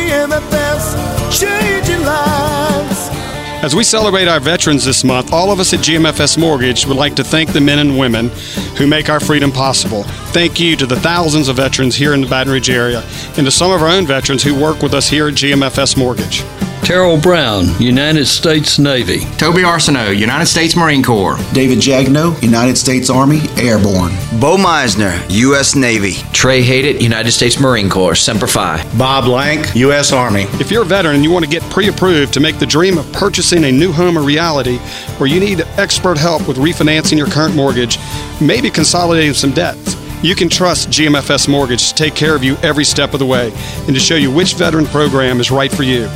GMFS, changing lives. As we celebrate our veterans this month, all of us at GMFS Mortgage would like to thank the men and women who make our freedom possible. Thank you to the thousands of veterans here in the Baton Rouge area and to some of our own veterans who work with us here at GMFS Mortgage. Terrell Brown, United States Navy. Toby Arsenault, United States Marine Corps. David Jagno, United States Army Airborne. Bo Meisner, U.S. Navy. Trey Haydett, United States Marine Corps, Semper Fi. Bob Lank, U.S. Army. If you're a veteran and you want to get pre approved to make the dream of purchasing a new home a reality, or you need expert help with refinancing your current mortgage, maybe consolidating some debts, you can trust GMFS Mortgage to take care of you every step of the way and to show you which veteran program is right for you.